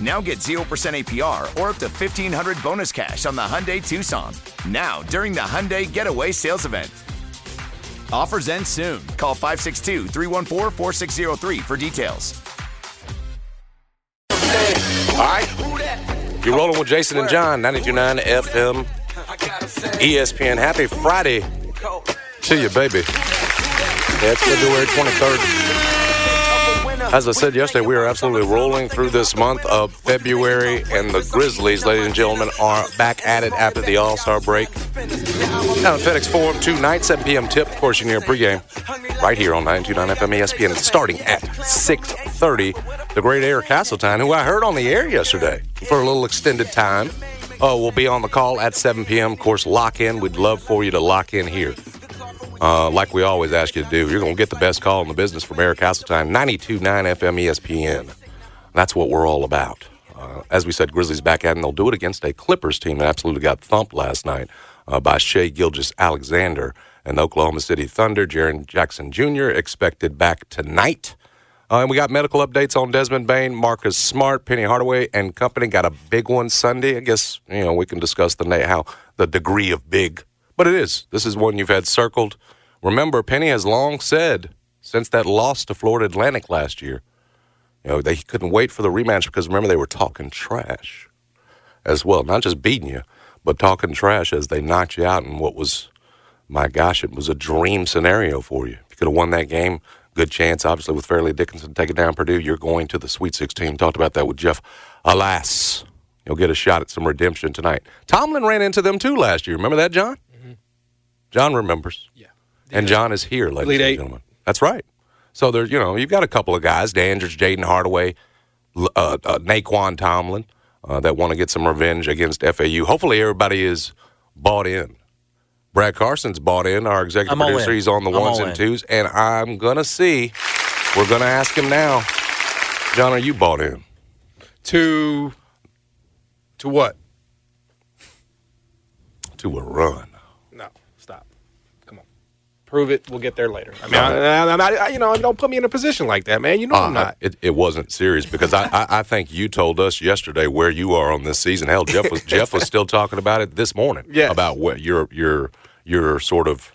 Now get 0% APR or up to 1500 bonus cash on the Hyundai Tucson. Now, during the Hyundai Getaway Sales Event. Offers end soon. Call 562 314 4603 for details. All right. You're rolling with Jason and John, 929 FM, ESPN. Happy Friday to you, baby. Yeah, it's February 23rd. As I said yesterday, we are absolutely rolling through this month of February, and the Grizzlies, ladies and gentlemen, are back at it after the All Star break. Now at FedEx Forum tonight, 7 p.m. tip. Of course, you need a pregame right here on 929 FM ESPN, starting at 6:30. The great Eric Castletine, who I heard on the air yesterday for a little extended time, uh, will be on the call at 7 p.m. Of course, lock in. We'd love for you to lock in here. Uh, like we always ask you to do, you're going to get the best call in the business from Eric Castletine, 929 FM ESPN. That's what we're all about. Uh, as we said, Grizzlies back at it, and they'll do it against a Clippers team that absolutely got thumped last night uh, by Shea Gilgis Alexander and the Oklahoma City Thunder. Jaron Jackson Jr. expected back tonight. Uh, and we got medical updates on Desmond Bain, Marcus Smart, Penny Hardaway, and company. Got a big one Sunday. I guess you know we can discuss the na- how the degree of big, but it is. This is one you've had circled. Remember, Penny has long said since that loss to Florida Atlantic last year you know, they couldn't wait for the rematch because remember they were talking trash as well, not just beating you, but talking trash as they knocked you out in what was, my gosh, it was a dream scenario for you. You could have won that game. Good chance, obviously, with Fairleigh Dickinson taking down Purdue. You're going to the Sweet 16. Talked about that with Jeff. Alas, you'll get a shot at some redemption tonight. Tomlin ran into them too last year. Remember that, John? Mm-hmm. John remembers. Yeah. And John is here, ladies Elite and Eight. gentlemen. That's right. So there, you know, you've got a couple of guys: Dandridge, Jaden Hardaway, L- uh, uh, Naquan Tomlin, uh, that want to get some revenge against FAU. Hopefully, everybody is bought in. Brad Carson's bought in. Our executive I'm all producer, in. he's on the I'm ones all and in. twos, and I'm gonna see. We're gonna ask him now. John, are you bought in? To to what? To a run. No, stop. Come on, prove it. We'll get there later. I mean, I, I, I, I- you know, don't put me in a position like that, man. You know Uh, I'm not. It, it wasn't serious because I, I, I think you told us yesterday where you are on this season. Hell, Jeff was Jeff was still talking about it this morning. Yes. about what your your your sort of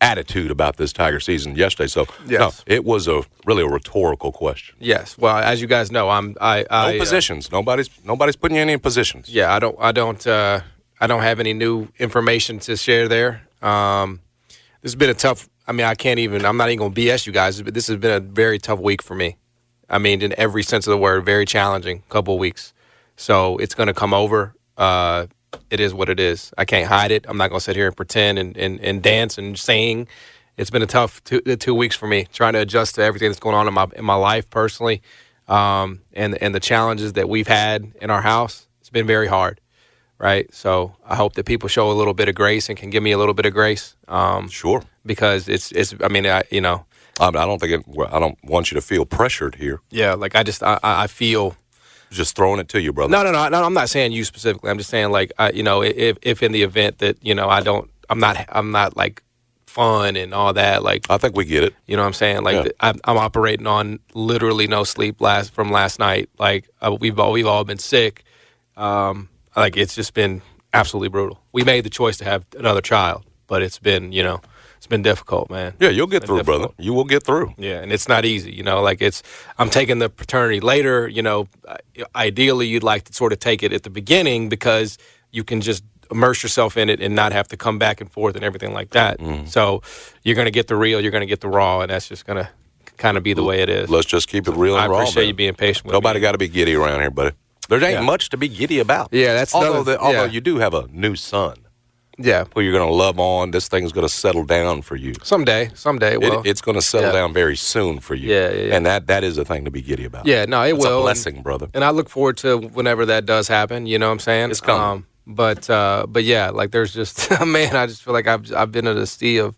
attitude about this Tiger season yesterday. So no, Yes. it was a really a rhetorical question. Yes. Well, as you guys know, I'm. I. No I uh, positions. Nobody's nobody's putting you in any positions. yeah, I don't. I don't. Uh, I don't have any new information to share there. Um, this has been a tough. I mean, I can't even. I'm not even going to BS you guys, but this has been a very tough week for me. I mean, in every sense of the word, very challenging couple of weeks. So it's going to come over. Uh, it is what it is. I can't hide it. I'm not going to sit here and pretend and, and, and dance and sing. It's been a tough two, the two weeks for me trying to adjust to everything that's going on in my in my life personally, um, and and the challenges that we've had in our house. It's been very hard, right? So I hope that people show a little bit of grace and can give me a little bit of grace. Um, Sure. because it's it's. I mean, I you know, I, I don't think it, well, I don't want you to feel pressured here. yeah. Like I just I, I I feel Just throwing it to you, brother. No, no, no, no. I'm not saying you specifically. I'm just saying like I, you know, if if in the event that you know I don't, I'm not, I'm not like fun and all that. Like I think we get it. you know, what I'm saying like Yeah. th- I'm, I'm operating on literally no sleep last from last night. Like uh, we've all we've all been sick. Um, like it's just been absolutely brutal. We made the choice to have another child, but it's been you know it's been difficult, man. Yeah, you'll get Been through, difficult. brother. You will get through. Yeah, and it's not easy, you know. Like it's, I'm taking the paternity later. You know, I- ideally, you'd like to sort of take it at the beginning because you can just immerse yourself in it and not have to come back and forth and everything like that. Mm-hmm. So you're going to get the real, you're going to get the raw, and that's just going to kind of be the way it is. Let's just keep it real and I raw. appreciate man. you being patient with Nobody me. got to be giddy around here, buddy. There ain't Yeah. much to be giddy about. Yeah, that's although another- the, although yeah. you do have a new son yeah, who you're going to love on. This thing's going to settle down for you. someday, someday. It- Well, it's going to settle yeah. down very soon for you. Yeah, yeah, yeah. And that that is a thing to be giddy about. Yeah, no, it It's will. a blessing, brother. and I look forward to whenever that does happen. You know what I'm saying? Um, It's coming. but uh, but yeah, like there's just man, I just feel like I've I've been in a sea of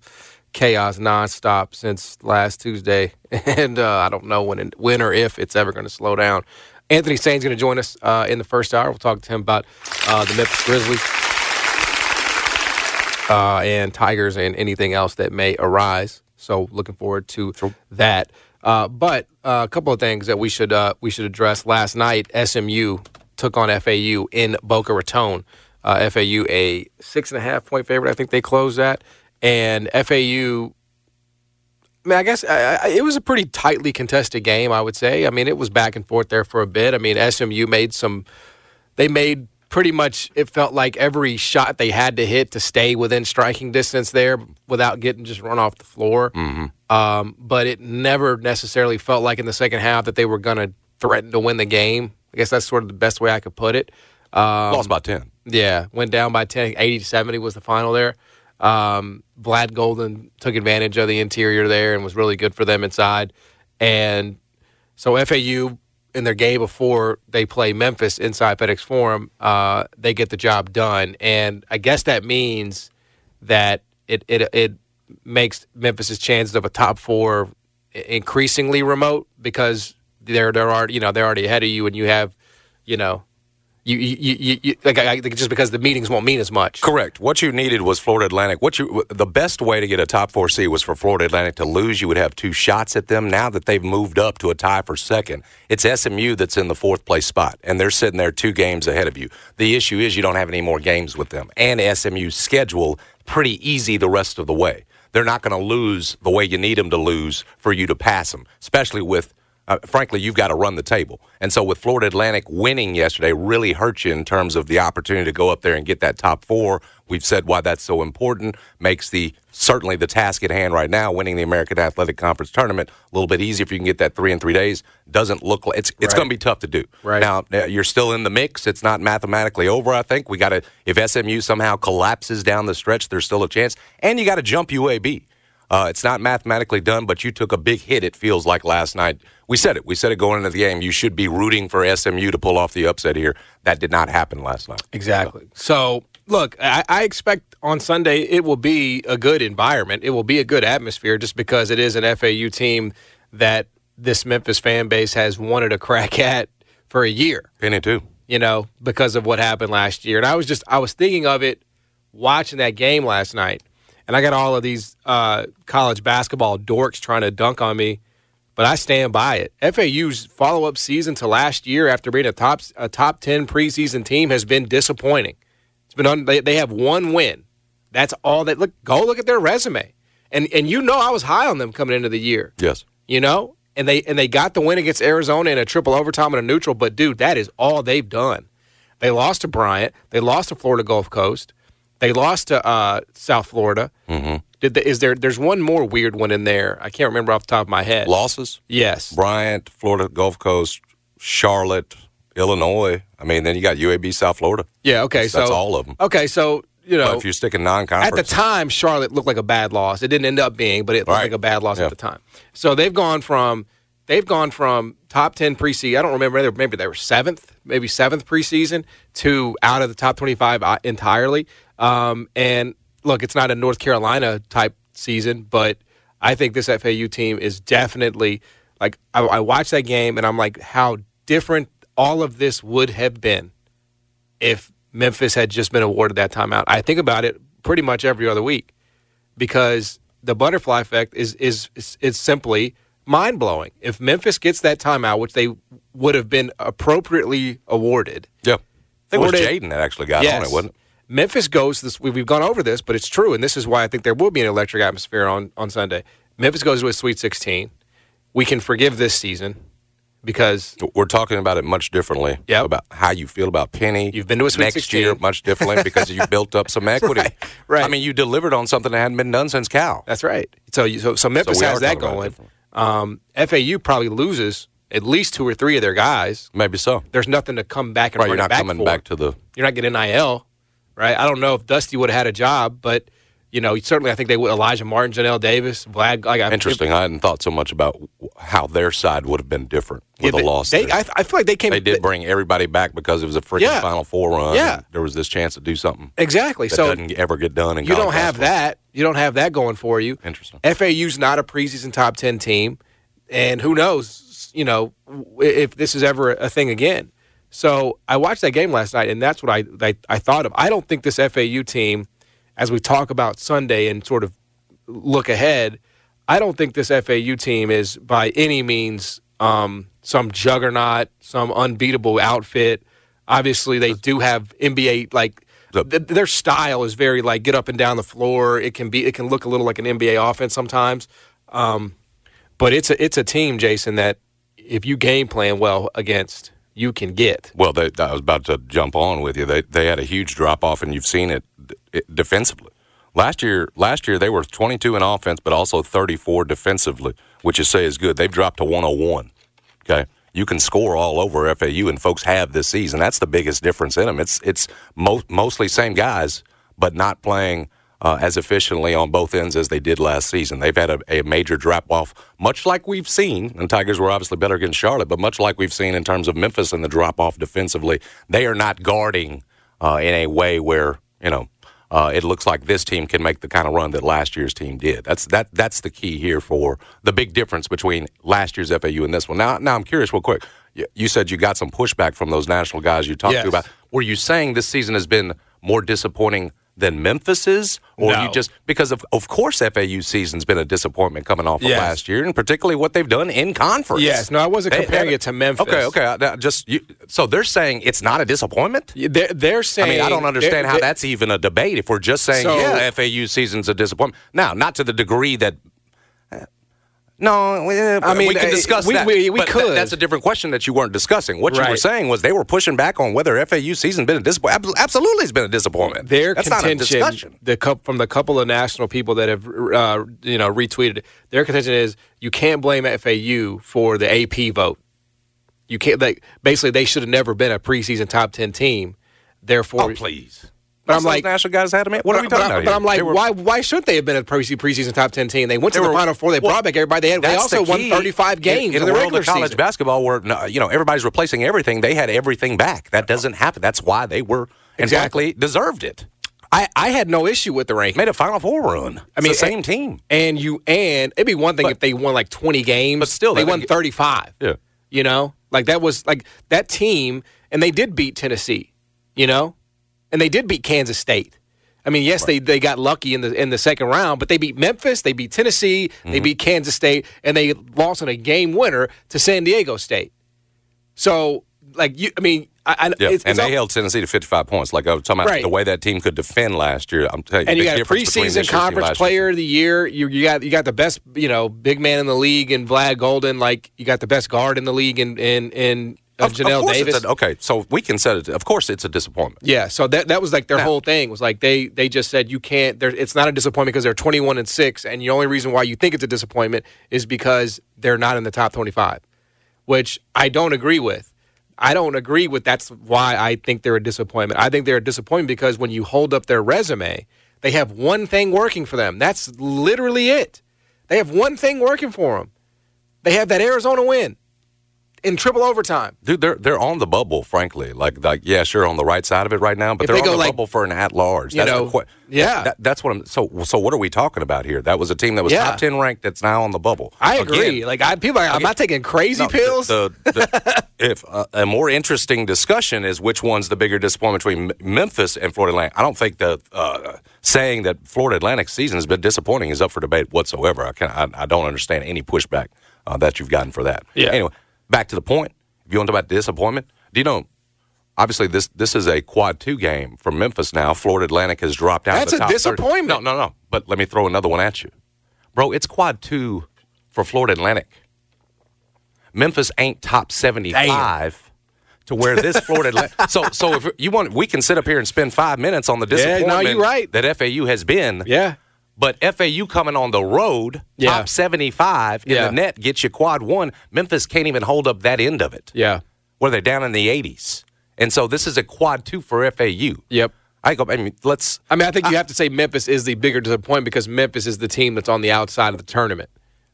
chaos nonstop since last Tuesday, and uh, I don't know when it, when or if it's ever going to slow down. Anthony Sain's going to join us uh, in the first hour. We'll talk to him about uh, the Memphis Grizzlies uh, and Tigers and anything else that may arise. So looking forward to that. Uh, but uh, a couple of things that we should uh, we should address. Last night, SMU took on FAU in Boca Raton. Uh, FAU a six and a half point favorite. I think they closed that, and FAU I mean, I guess I, I, it was a pretty tightly contested game. I would say. I mean, it was back and forth there for a bit. I mean, SMU made some. They made pretty much. It felt like every shot they had to hit to stay within striking distance there without getting just run off the floor. Mm-hmm. Um, but it never necessarily felt like in the second half that they were going to threaten to win the game. I guess that's sort of the best way I could put it. Um, Lost by ten. Yeah, went down by 10, 80 to 70 was the final there. Um, Vlad Golden took advantage of the interior there and was really good for them inside. And so FAU in their game before they play Memphis inside FedEx Forum, uh, they get the job done. And I guess that means that it it it makes Memphis's chances of a top four i- increasingly remote because they're they're already you know they're already ahead of you and you have you know you you you, you- you like I, I- just because the meetings won't mean as much. Correct. What you needed was Florida Atlantic. What you the best way to get a top four seed was for Florida Atlantic to lose. You would have two shots at them. Now that they've moved up to a tie for second, it's SMU that's in the fourth place spot, and they're sitting there two games ahead of you. The issue is you don't have any more games with them, and SMU's schedule pretty easy the rest of the way. They're not going to lose the way you need them to lose for you to pass them, especially with uh, frankly, you've got to run the table. And so, with Florida Atlantic winning yesterday, really hurt you in terms of the opportunity to go up there and get that top four. We've said why that's so important. Makes the certainly the task at hand right now, winning the American Athletic Conference tournament, a little bit easier if you can get that three in three days. Doesn't look like it's it's going to be tough to do. Right. now, uh, you're still in the mix. It's not mathematically over. I think we got to if SMU somehow collapses down the stretch, there's still a chance. And you got to jump UAB. Uh, it's not mathematically done, but you took a big hit, it feels like, last night. We said it. We said it going into the game. You should be rooting for SMU to pull off the upset here. That did not happen last night. Exactly. So, look, I, I expect on Sunday it will be a good environment. It will be a good atmosphere just because it is an FAU team that this Memphis fan base has wanted a crack at for a year, Penny, too. you know, because of what happened last year. And I was just, I was thinking of it watching that game last night. And I got all of these uh, college basketball dorks trying to dunk on me, but I stand by it. FAU's follow up season to last year after being a top, a top 10 preseason team has been disappointing. It's been on. They, they have one win. That's all that. Look, go look at their resume, and and you know I was high on them coming into the year. Yes. You know, and they and they got the win against Arizona in a triple overtime and a neutral. But dude, that is all they've done. They lost to Bryant. They lost to Florida Gulf Coast. They lost to uh, South Florida. Mm-hmm. Did the, is there? There's one more weird one in there. I can't remember off the top of my head. Losses? Yes. Bryant, Florida Gulf Coast, Charlotte, Illinois. I mean, then you got UAB, South Florida. yeah. Okay. That's, so that's all of them. Okay. So you know, But if you're sticking non conference. At the time, Charlotte looked like a bad loss. It didn't end up being, but it looked Right. like a bad loss Yeah. at the time. So they've gone from they've gone from top 10 preseason, I don't remember, whether- maybe they were seventh, maybe seventh preseason, to out of the top 25 uh, entirely. Um, and look, it's not a North Carolina type season, but I think this FAU team is definitely like, I, I watched that game and I'm like, how different all of this would have been if Memphis had just been awarded that timeout. I think about it pretty much every other week because the butterfly effect is is is, is simply mind blowing. If Memphis gets that timeout, which they would have been appropriately awarded, Yeah. I think it was Florida- Jaden that actually got on it, wasn't it? Memphis goes this. we- We've gone over this, but it's true, and this is why I think there will be an electric atmosphere on on Sunday. Memphis goes to a Sweet 16. We can forgive this season because We're talking about it much differently. Yep. About how you feel about Penny. You've been to a Sweet next 16. year much differently because you built up some equity. Right, right. I mean, you delivered on something that hadn't been done since Cal. That's right. So you, so, so Memphis So we has are that talking about it going. Um, FAU probably loses at least two or three of their guys. Maybe so. There's nothing to come back and Right, you're run it not back coming for. back to the. You're not getting nil, right? I don't know if Dusty would have had a job, but you know certainly I think they would. Elijah Martin, Janelle Davis, Vlad. Like, I- Interesting. I hadn't thought so much about w- how their side would have been different Yeah, with a they- loss. They, there. I, I feel like they came. they did bring everybody back because it was a freaking Yeah. Final Four run. Yeah. and there was this chance to do something exactly. that So doesn't ever get done. In you don't college have basketball. that. You don't have that going for you. Interesting. FAU's not a preseason top ten team, and who knows? You know w- if this is ever a thing again. So I watched that game last night, and that's what I I, I thought of. I don't think this FAU team, as we talk about Sunday and sort of look ahead, I don't think this FAU team is by any means um, some juggernaut, some unbeatable outfit. Obviously, they do have NBA like The- th- their style is very like get up and down the floor. It can be it can look a little like an NBA offense sometimes, um, but it's a it's a team, Jason, that if you game plan well against, you can get. Well, they, I was about to jump on with you. They they had a huge drop off, and you've seen it, d- it defensively. Last year, last year they were 22 in offense, but also 34 defensively, which you say is good. They've dropped to 101. Okay, you can score all over FAU, and folks have this season. That's the biggest difference in them. It's it's mo- mostly same guys, but not playing. Uh, as efficiently on both ends as they did last season. They've had a, a major drop off, much like we've seen, and Tigers were obviously better against Charlotte, but much like we've seen in terms of Memphis and the drop off defensively, they are not guarding uh, in a way where, you know, uh, it looks like this team can make the kind of run that last year's team did. That's that. That's the key here for the big difference between last year's FAU and this one. Now, now I'm curious, real quick. You, you said you got some pushback from those national guys you talked Yes. to about. Were you saying this season has been more disappointing than Memphis's, or No. you just because of of course FAU season's been a disappointment coming off Yes. of last year, and particularly what they've done in conference. Yes, no, I wasn't They- comparing they- it to Memphis. Okay, okay. I- I just you, so they're saying it's not a disappointment. They're, they're I saying. mean, I don't they're- understand how they're- that's even a debate if we're just saying, So- yeah, FAU season's a disappointment. Now, not to the degree that. No, we, I mean, mean, we can uh, discuss we- that. we- we but tha- could. that's a different question that you weren't discussing. What you were Right. saying was they were pushing back on whether FAU season been a disappointment. Absolutely, it's been a disappointment. Their that's contention, not a discussion. the coup from the couple of national people that have uh, you know retweeted, their contention is you can't blame FAU for the AP vote. You can't. Like, basically, they should have never been a preseason top ten team. Therefore, Oh, please. But I'm Most of like- those national guys had them. in. What But, are we but talking I'm- about? but here? I'm like, They were- why? Why should they have been a pre- preseason top ten team? They went to They the were- final four. They well, brought back everybody they had. They That's also the won key. thirty five games in, in the, the, world regular of college season. basketball, where no, you know everybody's replacing everything. They had everything back. That doesn't happen. That's why they were and Exactly. frankly deserved it. I, I had no issue with the ranking. Made a Final Four run. I mean, mean, it's the same team. and you and it'd be one thing But- if they won like 20 games But still, they they won didn't get- 35 Yeah. you know like that was like that team and they did beat tennessee you know and they did beat kansas state i mean yes they, they got lucky in the in the second round but they beat memphis they beat tennessee they beat kansas state and they lost in a game winner to san diego state so like you i mean i, I Yeah, it's, and it's they all- held Tennessee to 55 points. Like I was talking about Right. the way that team could defend last year. I'm telling you, and you big got a difference between this preseason year's team and last conference year's player of the year. You, you got you got the best you know big man in the league in Vlad Golden. Like you got the best guard in the league in in, in uh, Janelle course it's Davis. a- okay, so we can set it. Of course, it's a disappointment. yeah, so that that was like their whole thing was like they they just said you can't. There, it's not a disappointment because they're twenty one and six, and the only reason why you think it's a disappointment is because they're not in the top twenty five, which I don't agree with. I don't agree with that's why I think they're a disappointment. I think they're a disappointment because when you hold up their resume, they have one thing working for them. That's literally it. They have one thing working for them They have that Arizona win in triple overtime. Dude, they're they're on the bubble, frankly. Like like yeah, sure, on the right side of it right now, but If they're they on go, the like, bubble for an at large. you know, the que- yeah. that- that's what I'm. So so what are we talking about here? That was a team that was Yeah. top ten ranked. That's now on the bubble. I Again, agree. like I, people, are, I'm not taking crazy no, the- pills. The, the- if uh, a more interesting discussion is which one's the bigger disappointment between M- Memphis and Florida Atlantic. I don't think the uh, saying that Florida Atlantic season has been disappointing is up for debate whatsoever. I can I, I don't understand any pushback uh, that you've gotten for that. Yeah. Anyway, back to the point. If you want to talk about disappointment, do you know? Obviously, this this is a quad two game for Memphis now. Florida Atlantic has dropped out. of That's the a top 30. disappointment. No, no, no. But let me throw another one at you, bro. It's quad two for Florida Atlantic. Memphis ain't top 75 to where this Florida Atlantic. so, so if you want, we can sit up here and spend five minutes on the Yeah, disappointment no, you're right. that FAU has been. yeah. But FAU coming on the road, Yeah. top 75 in Yeah. the net gets you quad one. Memphis can't even hold up that end of it Yeah. where they're down in the 80s. And so this is a quad two for FAU. Yep. I go, I mean, let's. I mean, I think you have to say Memphis is the bigger disappointment because Memphis is the team that's on the outside of the tournament,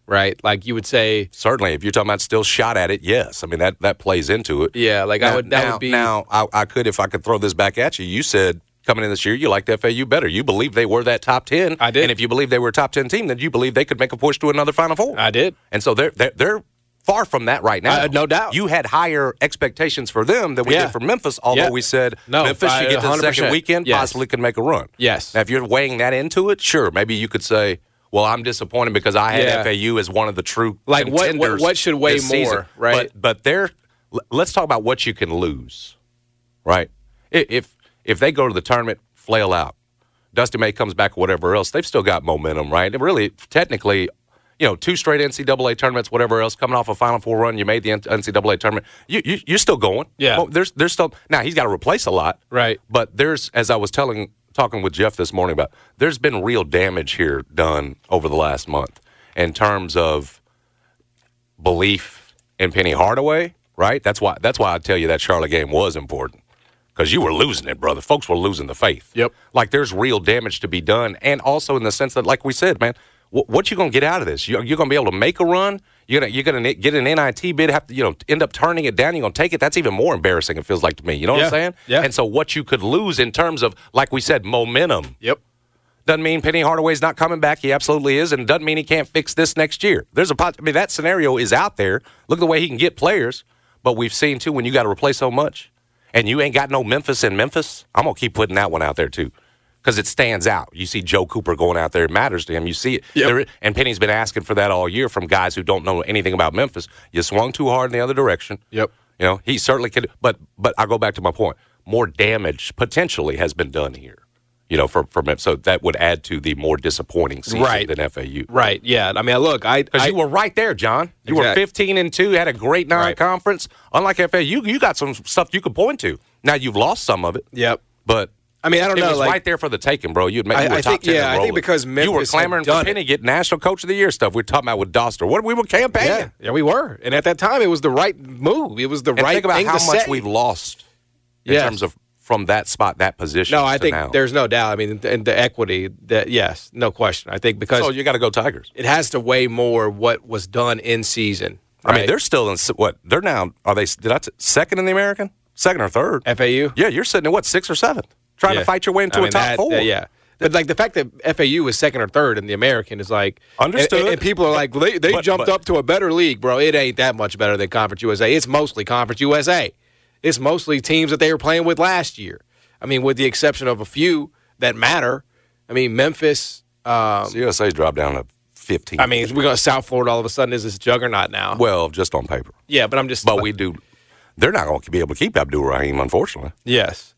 right? Like you would say, Certainly, if you're talking about still shot at it, yes. I mean that that plays into it. Yeah, like, I now, would- that now, would be- Now I, I could if I could throw this back at you. You said coming in this year you liked FAU better. You believe they were that top ten. I did. And if you believe they were a top ten team, then you believe they could make a push to another Final Four. I did. And so they're they're, they're far from that right now. Uh, no doubt. You had higher expectations for them than we Yeah. did for Memphis. Although Yeah. we said No, Memphis I- should get to the second 100%. weekend, Yes. possibly could make a run. Yes. Now if you're weighing that into it, sure, maybe you could say. Well, I'm disappointed because I had Yeah. FAU as one of the true Like, what- what- contenders what should weigh this season. more, right? But, but they're l- let's talk about what you can lose, right? I- If if they go to the tournament, flail out. Dusty May comes back, whatever else, they've still got momentum, right? And really, technically, you know, two straight NCAA tournaments, whatever else, coming off a Final Four run, you made the NCAA tournament. You, you you're still going. Yeah. Well, there's there's still now he's got to replace a lot, Right. But there's as I was telling talking with Jeff this morning about, there's been real damage here done over the last month in terms of belief in Penny Hardaway, right? That's why that's why I tell you that Charlotte game was important because you were losing it, brother. Folks were losing the faith. Yep. Like there's real damage to be done, and also in the sense that, like we said, man, wh- what you gonna get out of this? You're, you're gonna be able to make a run. You're gonna you're gonna ni- get an NIT bid. Have to you know end up turning it down. You're gonna take it. That's even more embarrassing. It feels like to me. You know what Yeah. I'm saying? Yeah. And so what you could lose in terms of, like we said, momentum. Yep. Doesn't mean Penny Hardaway's not coming back. He absolutely is, and doesn't mean he can't fix this next year. There's a pot. I mean, that scenario is out there. Look at the way he can get players, but we've seen too when you got to replace so much, and you ain't got no Memphis in Memphis. I'm gonna keep putting that one out there too, because it stands out. You see Joe Cooper going out there, it matters to him. You see it, Yep. There- and Penny's been asking for that all year from guys who don't know anything about Memphis. You swung too hard in the other direction. Yep. You know he certainly could, but but I go back to my point. More damage potentially has been done here you know, for, for so that would add to the more disappointing season Right. than FAU. Right. Yeah. I mean, look, I, Because I you were right there, John. You were Exact- 15 and 2, had a great non conference. Unlike FAU, you got some stuff you could point to. Now you've lost some of it. Yep. But I mean, I don't it know, was like- right there for the taking, bro. You'd make I- you were I top think- 10 yeah, I and think rolling. because you were Memphis had clamoring for done it. Penny get national coach of the year stuff. We're talking about with Doster. What we were campaigning. yeah, yeah, we were, and at that time, it was the right move. It was the And right think about thing how to much say. we've lost in Yes. terms of from that spot, that position. No, I to think now. there's no doubt. I mean, and the equity that yes, no question. I think because so you got to go Tigers. it has to weigh more what was done in season. I mean, right? they're still in s- what? They're now. Are they? Did I t- second in the American? Second or third? FAU. Yeah, you're sitting at what sixth or seventh, trying Yeah. to fight your way into I a mean, top that- four. that- yeah. But like the fact that FAU is second or third in the American is like and- Understood. And, and people are like they, they But- jumped but- up to a better league, bro. It ain't that much better than Conference USA. It's mostly Conference USA. It's mostly teams that they were playing with last year. I mean, with the exception of a few that matter. I mean, Memphis. Um, So USA's dropped down to fifteen. I mean, we're going to South Florida all of a sudden is this juggernaut now. well, just on paper, yeah, but I'm just. but we do. They're not going to be able to keep Abdul Rahim, unfortunately. yes.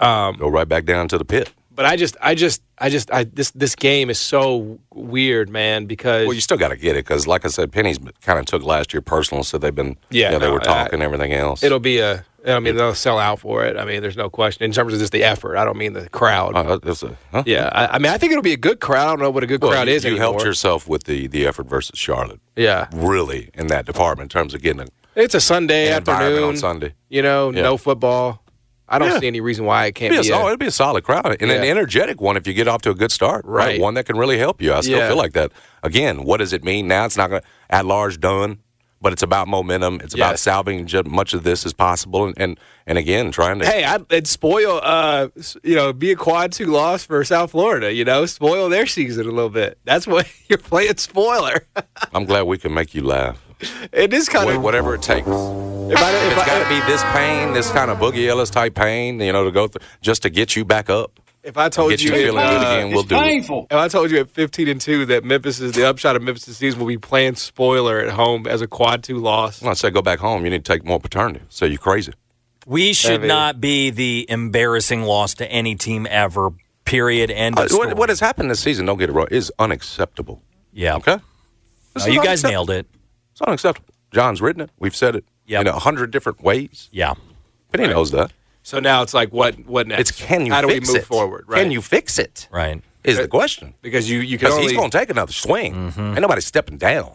Um, Go right back down to the pit. But I just, I just, I just, I this this game is so weird, man. Because Well, you still got to get it because, like I said, Penny's kind of took last year personal, so they've been Yeah, you know, they no, were I- talking everything else. It'll be a. I mean, they'll sell out for it. I mean, there's no question in terms of just the effort. I don't mean the crowd. Uh, it's a- huh? yeah, I, I mean, I think it'll be a good crowd. I don't know what a good Well, crowd you, is. you helped anymore. yourself with the the effort versus Charlotte, Yeah, really in that department in terms of getting a it's a Sunday An environment afternoon. on Sunday. you know, Yeah. no football. I don't Yeah. see any reason why it can't It'll be. be, a, a- solid, it'll be a solid crowd and an Yeah. energetic one if you get off to a good start. Right. One that can really help you. I still Yeah. feel like that. Again, what does it mean? Now it's not going to, at large, done. but it's about momentum. It's about Yes. salving as much of this as possible, and and, and again trying to. Hey, I'd, it'd spoil, uh, s- you know, be a quad two loss for South Florida. You know, spoil their season a little bit. That's what you're playing spoiler. I'm glad we can make you laugh. it is kind Wait, of. whatever it takes. It's If I, if I, got to be this pain, this kind of Boogie Ellis type pain, you know, to go through just to get you back up, if I told get Oh, you you, in, feeling good uh, again. We'll do it. if I told you at 15 and two that Memphis is the upshot of Memphis' season will be playing spoiler at home as a quad two loss. I said go back home. You need to take more paternity. So you're crazy. We should Maybe. not be the embarrassing loss to any team ever. Period. End. Of Uh, story. what, what has happened this season? Don't get it wrong. Is unacceptable. Yeah. Okay, No, This is you guys unacceptable. nailed it. It's unacceptable. John's written it. We've said it Yep. in a hundred different ways, Yeah. but he knows that. So now it's like, what? What next? It's can you? How do we fix move it? forward? Right? Can you fix it? Right. Is the question Because you you can because he's only going to take another swing. Mm-hmm. Ain't nobody stepping down.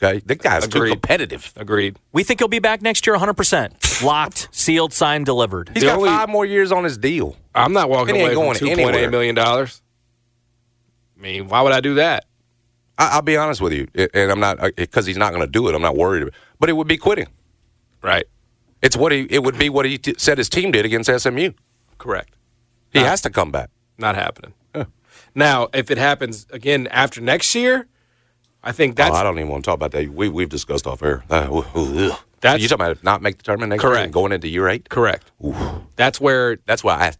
Okay, the guy's too Agreed. competitive. agreed. We think he'll be back next year 100%. Locked, sealed, signed, delivered. He's The got only- five more years on his deal. I'm not walking It ain't away from going two point anywhere. eight million dollars. I mean, why would I do that? I, I'll be honest with you, it- and I'm not because he's not going to do it. I'm not worried, about but it would be quitting. Right. It's what he. It would be what he t- said his team did against SMU. Correct. He has to come back. Not happening. Now, if it happens again after next year, I think that's oh, I don't even want to talk about that. We we've discussed off air. Uh, That's- you talking about not make the tournament next year Correct. and going into year eight. correct. That's where That's why I.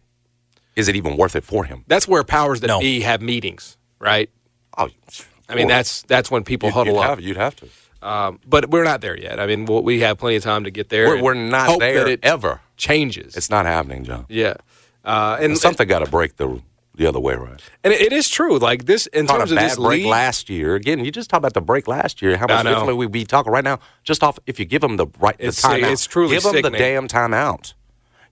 Is it even worth it for him? that's where powers that No. be have meetings, right? Oh, I mean, that's that's when people you'd, huddle you'd up. Have, you'd have to. But we're not there yet. I mean, we'll, we have plenty of time to get there. We're, and we're not hope there that it ever. changes. It's not happening, John. yeah. Uh, and Something got to break the the other way, right? and it- it is true. Like this in Talking terms a of bad this break league, last year. Again, you just talk about the break last year. How much know. differently we'd be talking right now. Just off if you give them the right the It's- timeout. it's truly give them the sickening. damn timeout.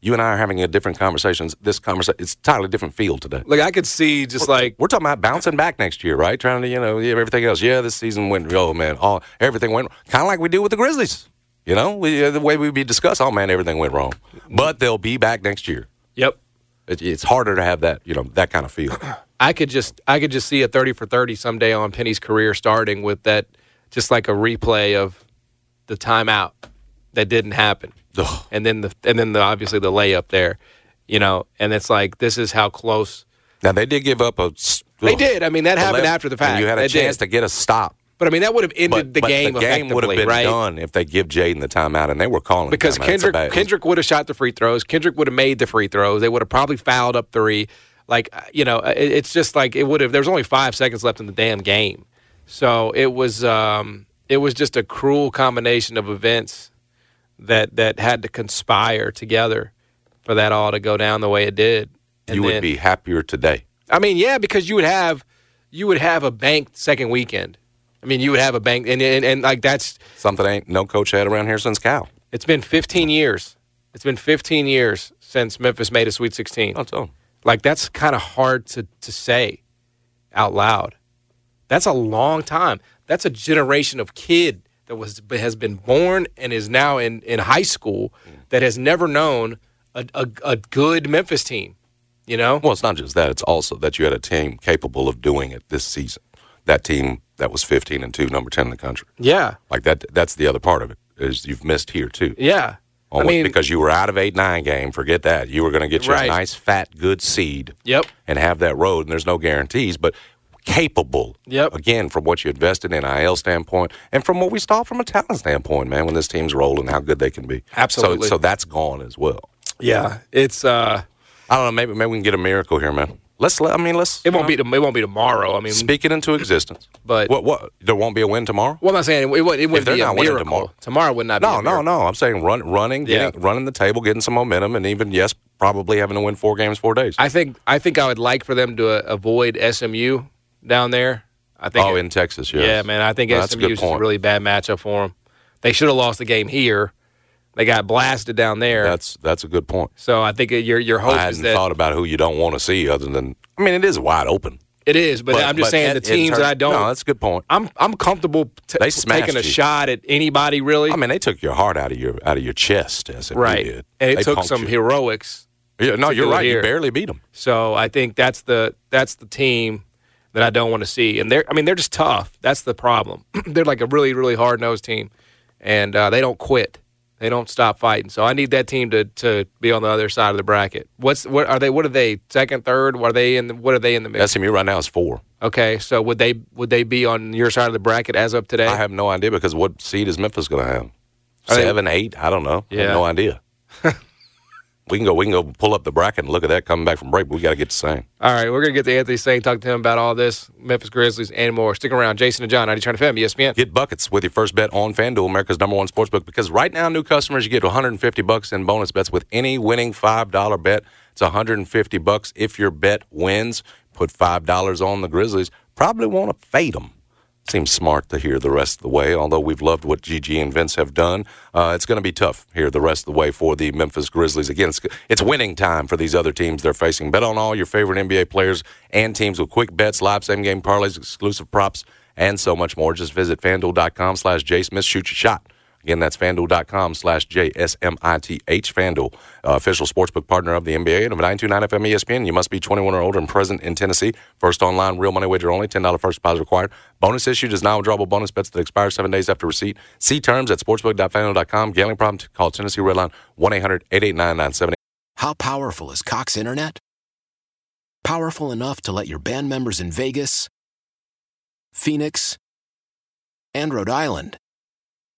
You and I are having a different conversations. This conversation it's a totally different field today. like I could see just like We're talking about bouncing back next year, right? Trying to, you know, yeah, everything else. Yeah, this season went, oh man, all everything went kind of like we do with the Grizzlies. You know, we, uh, the way we be discussed, oh man, everything went wrong. But they'll be back next year. yep. It, it's harder to have that, you know, that kind of feel. I could just I could just see a thirty for thirty someday on Penny's career starting with that, just like a replay of the timeout that didn't happen, Ugh. and then the and then the obviously the layup there, you know, and it's like this is how close now they did give up a. s- they ugh, did. I mean that happened 11, after the and fact. you had a They did. chance to get a stop. but I mean that would have ended the game. the game would have effectively, been right? done if they give Jaden the timeout, and they were calling because timeouts Kendrick about- Kendrick would have shot the free throws. Kendrick would have made the free throws. They would have probably fouled up three. Like uh, you know, uh, it, it's just like it would have. There's only five seconds left in the damn game, so it was um, it was just a cruel combination of events that that had to conspire together for that all to go down the way it did. And you then- would be happier today. I mean, yeah, because you would have you would have a banked second weekend. I mean, you would have a bank, and and, and like that's Something ain't no coach had around here since Cal. It's been 15 years. It's been 15 years since Memphis made a Sweet 16. I'll tell 'em. Like that's kind of hard to to say out loud. That's a long time. That's a generation of kid that was has been born and is now in in high school that has never known a a, a good Memphis team. You know, Well, it's not just that; it's also that you had a team capable of doing it this season. That team that was 15 and two, number 10 in the country. yeah, Like that. That's the other part of it is you've missed here too. yeah. I Almost mean, because you were out of eight nine game. Forget that. You were going to get your Right. nice fat good seed. Yep. And have that road, and there's no guarantees, but capable. Yep. Again, from what you invested in IL standpoint, and from what we saw from a talent standpoint, man, when this team's rolling, how good they can be. Absolutely. So, so that's gone as well. yeah, it's uh, I don't know. Maybe maybe we can get a miracle here, man. Let's. Let, I mean, let's it won't be tom- it won't be tomorrow. I mean, speak it into existence. But- what? What? There won't be a win tomorrow. well, I'm not saying it, wouldn't- it wouldn't they're be a not winning miracle. tomorrow- would not. be No, a no, miracle. no. I'm saying run, running, getting, running the table, getting some momentum, and even yes, probably having to win four games, four days. I think I think I would like for them to uh, avoid SMU down there. I think. oh, it- in Texas, yes. yeah, man. I think No, that's a SMU good is just a point. really bad matchup for them. They should have lost the game here. They got blasted down there. That's that's a good point. so I think your your hope I is hadn't that thought about who you don't want to see other than I mean it is wide open. it is. But, I'm just saying in- the in teams turn- that I don't. No, that's a good point. I'm I'm comfortable t- They smashed taking a you. shot at anybody really. I mean they took your heart out of your out of your chest as right. did. And it They took punked some you. heroics. Yeah, no, to you're do it right. You here. barely beat them. So I think that's the that's the team that I don't want to see. And they're I mean they're just tough. That's the problem. they're like a really really hard nosed team, and uh, they don't quit. They don't stop fighting. So I need that team to, to be on the other side of the bracket. What's what are they? What are they? Second, third? Are they in? The, what are they in the mix? SMU right now is four. Okay, so would they would they be on your side of the bracket as of today? I have no idea because what seed is Memphis going to have? I think- Seven, eight? I don't know. I Yeah. have no idea. we can go. We can go pull up the bracket and look at that coming back from break. But we got to get the same. all right, we're gonna get to Anthony Sane, talk to him about all this Memphis Grizzlies and more. Stick around, Jason and John. I trying to FM ESPN. Get buckets with your first bet on FanDuel, America's number one sportsbook. Because right now, new customers, you get 150 bucks in bonus bets with any winning five dollar bet. It's 150 bucks if your bet wins. Put five dollars on the Grizzlies. Probably want to fade them. Seems smart to hear the rest of the way, although we've loved what Gigi and Vince have done. Uh, it's going to be tough here the rest of the way for the Memphis Grizzlies. Again, it's, it's winning time for these other teams they're facing. Bet on all your favorite NBA players and teams with quick bets, live same game parlays, exclusive props, and so much more. Just visit fanduel.com slash J Smith. Shoot your shot. Again, that's fanduel.com slash J S M I T H. Fanduel, uh, official sportsbook partner of the NBA and of 929 FM ESPN. You must be 21 or older and present in Tennessee. First online, real money wager only. $10 first deposit required. Bonus issued is non withdrawable bonus bets that expire seven days after receipt. See terms at sportsbook.fanduel.com. Gambling problem, call Tennessee Red Line 1 800 889 How powerful is Cox Internet? Powerful enough to let your band members in Vegas, Phoenix, and Rhode Island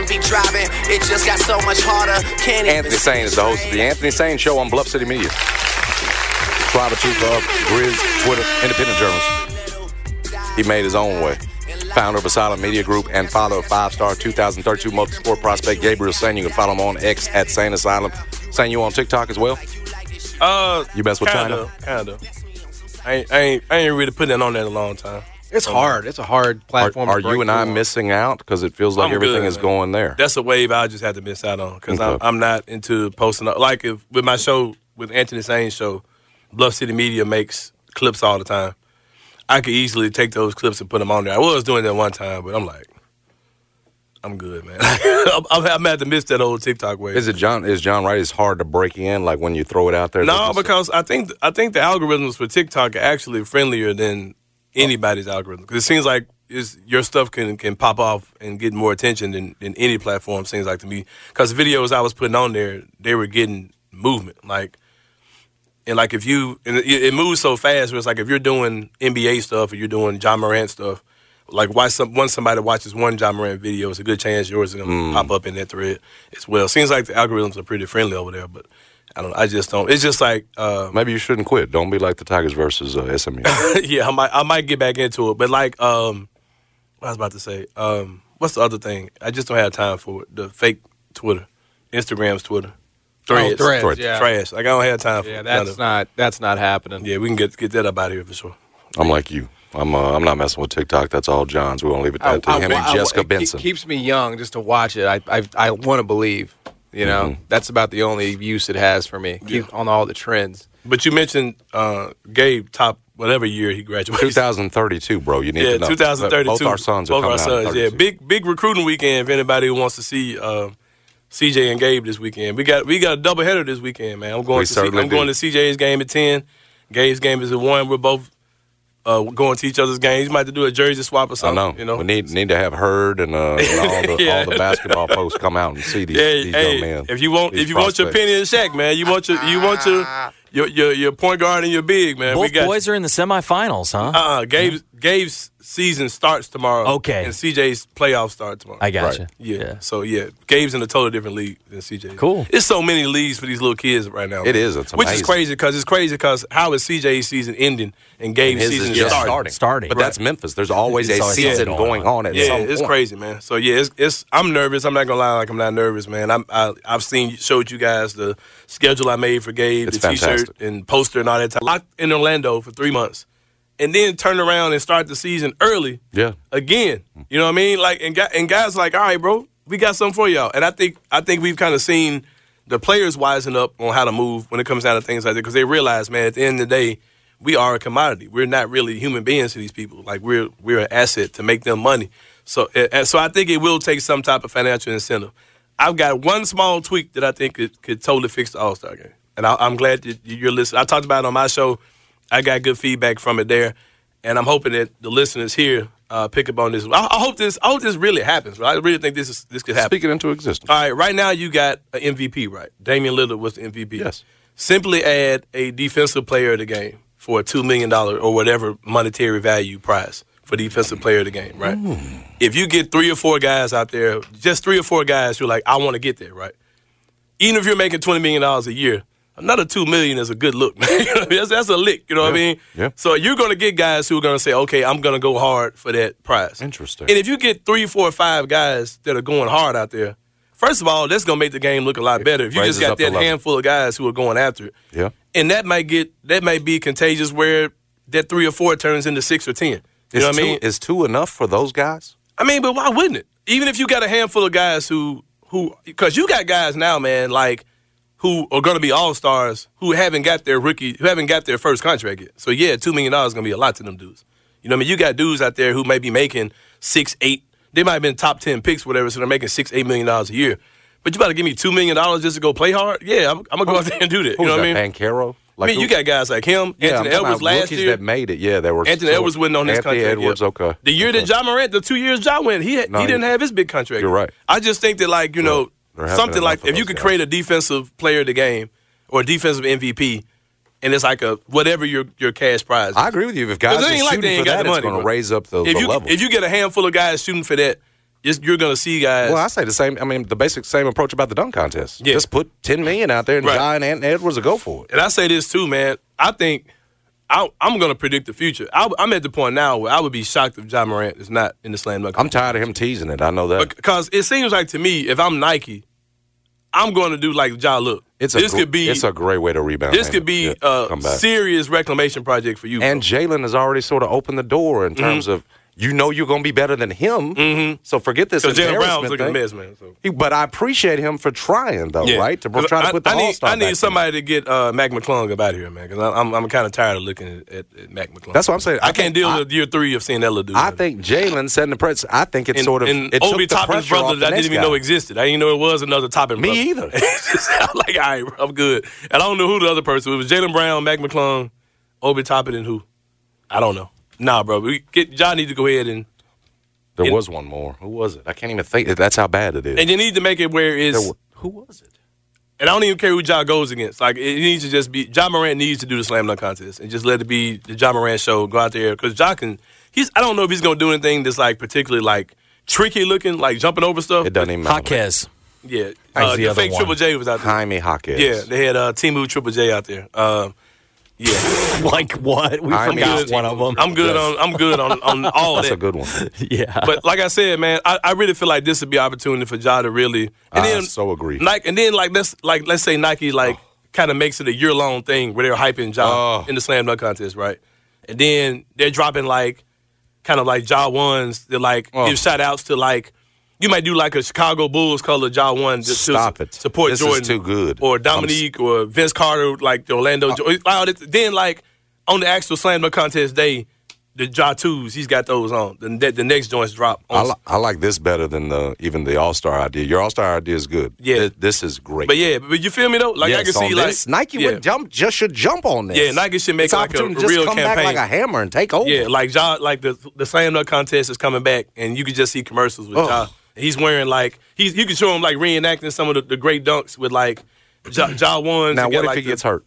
789. be driving, it just got so much harder. Can't even Anthony Sane is the host of the Anthony Sane Show on Bluff City Media. Tribal chief of Grizz Twitter, independent journalist. He made his own way. Founder of Asylum Media Group and father of five-star 2032 multi-sport prospect Gabriel Sane. You can follow him on X at Sane Asylum. Sane, you on TikTok as well? Uh, You mess with kinda, China? Kinda. I ain't, I ain't, I ain't really putting it on that a long time. It's hard. It's a hard Are, platform. to are you break and I through on. missing out? Because it feels like I'm everything good, is man. going there. That's a wave I just had to miss out on because Okay. I'm, I'm not into posting. up- Like if with my show with Anthony Sane's show, Bluff City Media makes clips all the time. I could easily take those clips and put them on there. I was doing that one time, but I'm like, I'm good, man. I'm, I'm, I'm had to miss that old TikTok wave. Is it John? Is John right? It's hard to break in. Like when you throw it out there. No, does it- because I think I think the algorithms for TikTok are actually friendlier than anybody's algorithm. 'Cause it seems like is your stuff can can pop off and get more attention than, than any platform. Seems like to me because videos I was putting on there, they were getting movement. Like and like if you and it, it moves so fast, where it's like if you're doing NBA stuff or you're doing John Morant stuff, like why some once somebody watches one John Morant video, it's a good chance yours is gonna Mm. pop up in that thread as well. Seems like the algorithms are pretty friendly over there, but I don't. I just don't. It's just like uh, maybe you shouldn't quit. Don't be like the Tigers versus uh, SMU. yeah, I might I might get back into it, but like um, what I was about to say um, what's the other thing? I just don't have time for it. The fake Twitter, Instagram's Twitter, Oh, threads, threads, yeah. trash. Like I don't have time for Yeah, it. that's None of- not that's not happening. Yeah, we can get get that up out of here for sure. I'm like you. I'm uh, I'm not messing with TikTok. That's all John's. We're gonna leave it at that to him and wa- Jessica it ke- Benson. keeps me young just to watch it. I I, I want to believe. You know, Mm-hmm. that's about the only use it has for me. Keep on all the trends. But you mentioned uh, Gabe top whatever year he graduated. 2032, bro. You need yeah, to know. 2032. Both our sons are Both coming our out. sons. in Yeah, 32. big big recruiting weekend. If anybody who wants to see uh, CJ and Gabe this weekend, we got we got a double header this weekend, man. I'm going We to see, I'm certainly do. going to CJ's game at ten. Gabe's game is at one. We're both uh, going to each other's games. Might have to do a jersey swap or I something. know. You know. We need need to have Heard and, uh, and all, the, Yeah. all the basketball folks come out and see these, Hey, these hey, young men. if you want, these if you want your prospects. penny and Shaq, man, you want your, you want your, your, your, your point guard and your big man. we Both got boys are in the semifinals, huh? Uh, Gabe's Gabe's season starts tomorrow. Okay. and CJ's playoffs start tomorrow. I gotcha. Right. Yeah. So yeah, Gabe's in a totally different league than CJ. Cool. It's so many leagues for these little kids right now. It is. It's which is amazing. crazy because it's crazy because how is CJ's season ending and Gabe's His is season just starting? starting. Starting. But that's Memphis. There's always It's a always season something going on at yeah, some it's point. crazy, man. So yeah, it's, it's I'm nervous. I'm not gonna lie, like I'm not nervous, man. I'm I, I've seen showed you guys the schedule I made for Gabe, It's the fantastic. T-shirt and poster and all that. Time. Locked in Orlando for three months, and then turn around and start the season early Yeah. again. You know what I mean? Like and guy- and guys like, all right, bro, we got something for y'all. And I think I think we've kind of seen the players wising up on how to move when it comes down to things like that because they realize, man, at the end of the day, we are a commodity. We're not really human beings to these people. Like we're we're an asset to make them money. So and and so I think it will take some type of financial incentive. I've got one small tweak that I think could, could totally fix the All Star game, and I, I'm glad that you're listening. I talked about it on my show. I got good feedback from it there, and I'm hoping that the listeners here uh, pick up on this. I, I hope this. I hope this really happens. Right? I really think this is this could happen. Speak it into existence. All right, right now you got an MVP, right? Damian Lillard was the MVP. Yes. Simply add a defensive player of the game for a two million dollar or whatever monetary value prize for defensive player of the game, right? If you get three or four guys out there, just three or four guys who are like, I want to get there, right? Even if you're making twenty million dollars a year, another two million is a good look. man. You know what I mean? that's, that's a lick, you know what I mean? Yeah. So you're gonna get guys who are gonna say, Okay, I'm gonna go hard for that prize. Interesting. And if you get three, four, or five guys that are going hard out there, first of all, that's gonna make the game look a lot better. If you raises just got up the that level. handful of guys who are going after it, Yeah. and that might get that might be contagious where that three or four turns into six or ten. You Is know what two, I mean? Is two enough for those guys? I mean, but why wouldn't it? Even if you got a handful of guys who who because you got guys now, man, like who are going to be all stars who haven't got their rookie who haven't got their first contract yet. So yeah, two million dollars is going to be a lot to them dudes. You know what I mean? You got dudes out there who may be making six, eight. They might have been top ten picks, whatever. So they're making six, eight million dollars a year. But you about to give me two million dollars just to go play hard? Yeah, I'm, I'm gonna go out there and do that. Who's you know what I that, mean? Pancaro? I mean, you got guys like him, yeah, Anthony I'm talking Edwards about last rookies year. that made it. Yeah, there were Anthony so- Edwards wasn't on his Anthony contract. yet. Edwards, okay. The year okay. that John Morant, the two years John went, he had, No, he didn't you- have his big contract. you're right. I just think that like you know There haven't something been like enough of if you those could guys. create a defensive player of the game or a defensive MVP, and it's like a whatever your your cash prize. is. I agree with you. If guys Because are it ain't like shooting they ain't for got that, the it's money, going to bro. raise up the, if the you level. if you get a handful of guys shooting for that, it's, you're gonna see guys. well, I say the same. I mean, the basic same approach about the dunk contest. Yeah. Just put ten million out there, and Right. John and Edwards will go for it. and I say this too, man. I think I, I'm going to predict the future. I, I'm at the point now where I would be shocked if John Morant is not in the slam dunk. I'm tired of him teasing it. I know that. because it seems like to me, if I'm Nike, I'm going to do like Ja look. it's a this gr- could be it's a great way to rebound. this ain't could it? be Yeah, a come back. serious reclamation project for you. And bro. Jalen has already sort of opened the door Mm-hmm. in terms of you know you're going to be better than him. Mm-hmm. So forget this. so Jalen Brown embarrassment was looking a thing. mess, man. So. He- But I appreciate him for trying though, right? To br- try to I- put the I, need, all star. I need somebody to get uh, Mac McClung about here, man, because I'm, I'm kind of tired of looking at, at, at Mac McClung. That's what I'm saying. I I, can't think- deal I- with year three of seeing that little dude. I think Jalen setting the press. I think it's and, sort of and it Obi took the Toppin's pressure off brother the that I didn't next even guy. know existed. I didn't know it was another Toppin. Me brother. either. It's just- I'm like, all right, bro, I'm good. And I don't know who the other person was. It was Jalen Brown, Mac McClung, Obi Toppin, and who? I don't know. Nah, bro. We get John need to go ahead and There In- was one more. Who was it? I can't even think. That's how bad it is. and you need to make it where There it's wa- who was it? and I don't even care who John goes against. Like it needs to just be John Morant needs to do the slam dunk contest and just let it be the John Morant show. Go out there because John can. He's I don't know if he's gonna do anything that's like particularly like tricky looking, like jumping over stuff. It doesn't even matter. Jaquez. Yeah, That's uh, the the other fake one. Triple J was out there. Jaime Jaquez. Yeah, they had uh, Timu Triple J out there. Uh, yeah, like what? We I mean, forgot it's- one of them. I'm good on I'm good on, on all That's that. a good one. yeah. But like I said, man, I, I really feel like this would be an opportunity for Ja to really. And I then so agree. Nike, and then like let's like let's say Nike like kind of makes it a year long thing where they're hyping Ja Oh. in the slam dunk contest, right? And then they're dropping like kind of like Ja ones. They're like Oh. give shout outs to like you might do like a Chicago Bulls color Ja one just Stop to it. support This is Jordan too good. Uh. or Dominique or Vince Carter like the Orlando. Jo- wow, this- then like on the actual slam dunk contest day, the Ja twos he's got those on. The, ne- the next joints drop. I, On li- I like this better than the even the All Star idea. Your All Star idea is good. Yeah. Th- this is great. But yeah, but you feel me though? Like I Yes, can see on like this, Nike would jump just should jump on this. Yeah, Nike should make It's an like a, opportunity to just real come campaign. back like a hammer and take over. Yeah, like Ja, like the the slam dunk contest is coming back, and you can just see commercials with Ugh. Ja. He's wearing like he's you can show him like reenacting some of the, the great dunks with like Ja, ja ones. now and got, what if like, he the- gets hurt?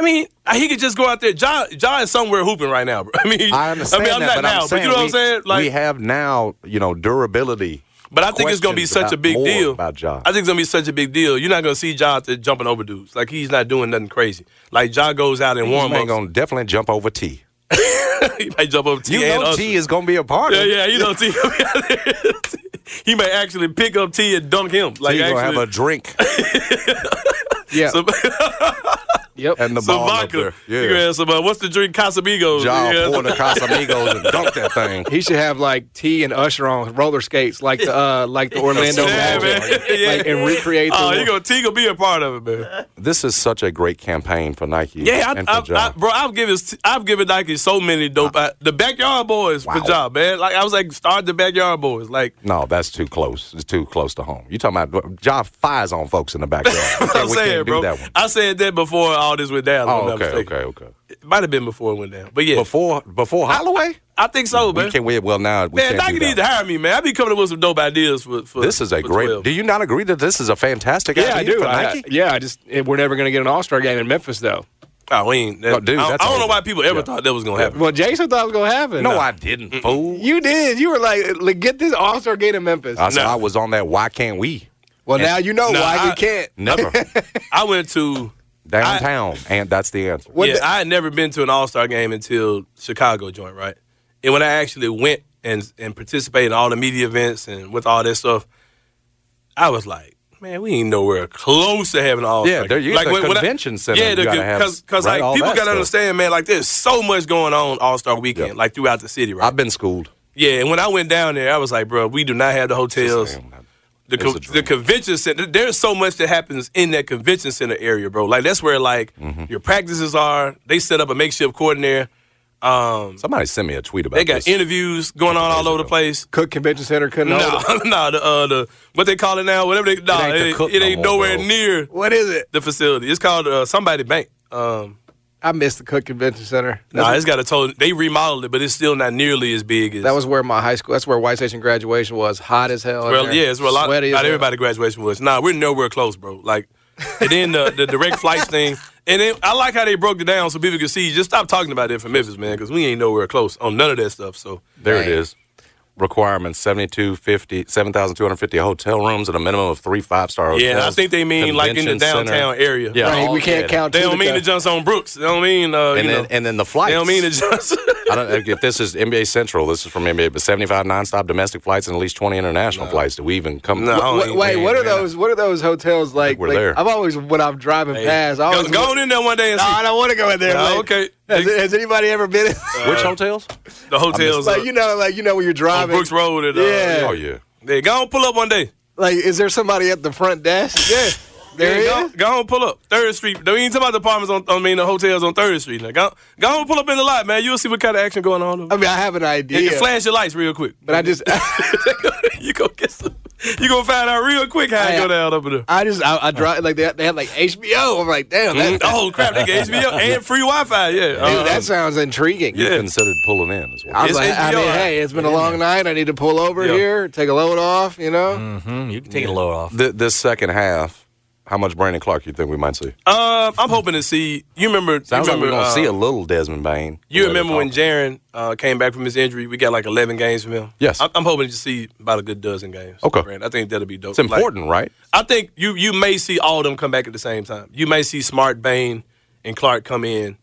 I mean, he could just go out there. Ja, ja is somewhere hooping right now, bro. I mean, I understand I mean, I'm that, not but now, I'm but saying you know what I'm we- saying? Like, we have now, you know, durability. But I think it's gonna be questions such about- a big more deal. about Ja. I think it's gonna be such a big deal. You're not gonna see Ja out there jumping over dudes. Like he's not doing nothing crazy. Like Ja goes out and This warm man up. gonna definitely jump over T. He might jump over T. You and know us. T is gonna be a part Yeah, of. it. yeah, you know T. he may actually pick up T and dunk him. Like T gonna actually, have a drink. yeah. some, Yep. and the some ball up vodka. there. Yeah. You gonna have some, uh, what's the drink? Casamigos. Ja Yeah. pouring the Casamigos and dunk that thing. He should have like T and Usher on roller skates, like the uh, like the Orlando Yeah, Magic, man. Yeah. like, and recreate. Oh, the you gonna T gonna be a part of it, man. This is such a great campaign for Nike. Yeah, I, and I, for Ja. I, bro, I've given I've given Nike so many dope. I, the backyard boys Wow. for job, man. Like I was like, start the backyard boys. Like No, that's too close. It's too close to home. You talking about Ja fires on folks in the backyard. We I'm can't- we saying, can't do bro. that one. I said that before all this went down. if I'm Oh, not okay, mistaken. okay, okay. It might have been before it went down, but yeah, Before before Holloway, I think so, man. we can we well now we Man, can't Nike do needs to that. hire me, man. I be coming up with some dope ideas for. for This is a for great. 12. Do you not agree that this is a fantastic Yeah, idea I do. for I- Nike? yeah, I just it- we're never going to get an All Star game in Memphis though. Oh, we ain't. That, Oh, dude, I, that's I don't know amazing. why people ever Yeah. thought that was gonna happen. Well, Jason thought it was going to happen. no, I didn't, fool. you did. You were like, like get this All Star game in Memphis. I said No. I was on that. Why can't we? well, now you know Nah, why I- you can't. Never I went to. downtown, and that's the answer. What yeah, the- I had never been to an All Star game until Chicago joint, right? And when I actually went and and participated in all the media events and with all that stuff, I was like, man, we ain't nowhere close to having all. Yeah, there- you- the convention center, Yeah, you gotta have because because right, like all people that gotta stuff. understand, man. Like there's so much going on All Star weekend, Yep. like throughout the city, right? I've been schooled. yeah, and when I went down there, I was like, bro, we do not have the hotels. The, It's co- a dream. the convention center. There's so much that happens in that convention center area, bro. Like that's where like Mm-hmm. your practices are. They set up a makeshift court in there. Um, Somebody sent me a tweet about they got this. interviews going on all days over the ago. place. Cook Convention Center couldn't. No, hold it. no, the, uh, the what they call it now, whatever they, no, ain't it the ain't, cook it no ain't more, nowhere bro. near What is it? the facility. It's called uh, somebody bank. Um, I missed the Cook Convention Center. no, it's got a total. They remodeled it, but it's still not nearly as big as That was where my high school. That's where White Station graduation was. Hot as hell. in Well, there. yeah, it's where a lot, Sweaty as not hell. everybody graduation was. Nah, we're nowhere close, bro. Like, and then the, the direct flights thing. And then I like how they broke it down so people could see. Just stop talking about it for Memphis, man, because we ain't nowhere close on none of that stuff. So There it is. Requirements 7,250 7,250 hotel rooms and a minimum of three five star hotels. yeah, and I think they mean like in the convention downtown center. area. Yeah. Right, all we can't dead. count. They don't mean Tunica. the Johnson on Brooks. They don't mean uh, And you then, know. and then the flights. they don't mean the Johnson. I don't, if this is NBA Central, this is from NBA, but 75 nonstop domestic flights and at least 20 international flights. Do we even come? No. What- Oh, Wait, yeah, wait, yeah, what are man. those? What are those hotels like? we're like, there. I've always when I'm driving past. I Go, always go on in there one day and No, see I don't want to go in there. No, like, okay. Has, has anybody ever been? In, Which hotels? the hotels uh, like you know, like you know when you're on driving. Brooks Road. And, uh, Yeah. Oh, yeah. They go on, pull up one day. Like, is there somebody at the front desk? Yeah. There yeah, is? Go, go on, pull up Third Street. Don't even talk about the apartments on. I mean, the hotels on Third Street. Now, go, go on, pull up in the lot, man. You'll see what kind of action going on. Over. I mean, I have an there. idea, You can flash your lights real quick. but I just, you go get some. You gonna find out real quick how I- it go down over there. I just, I, I drive like they, they had like HBO. I'm like, damn, that, oh crap! They gave HBO and free Wi-Fi. Yeah, dude, Uh, that sounds intriguing. You Yeah. considered pulling in as well. I was It's like, I HBO, mean, right? hey, it's been a long night. I need to pull over Yeah. Mm. here, take a load off, you know. Hmm, you can take a load off. Th- this second half, how much Brandon Clark you think we might see? um, I'm hoping to see. You remember? Sounds you like we're remember, going to see uh, a little Desmond Bain. You remember when Jaron uh, came back from his injury? We got like 11 games from him. Yes. I'm, I'm hoping to see about a good dozen games. Okay. Brandon. I think that'll be dope. It's important, right? I think you you may see all of them come back at the same time. You may see Smart, Bain, and Clark come in,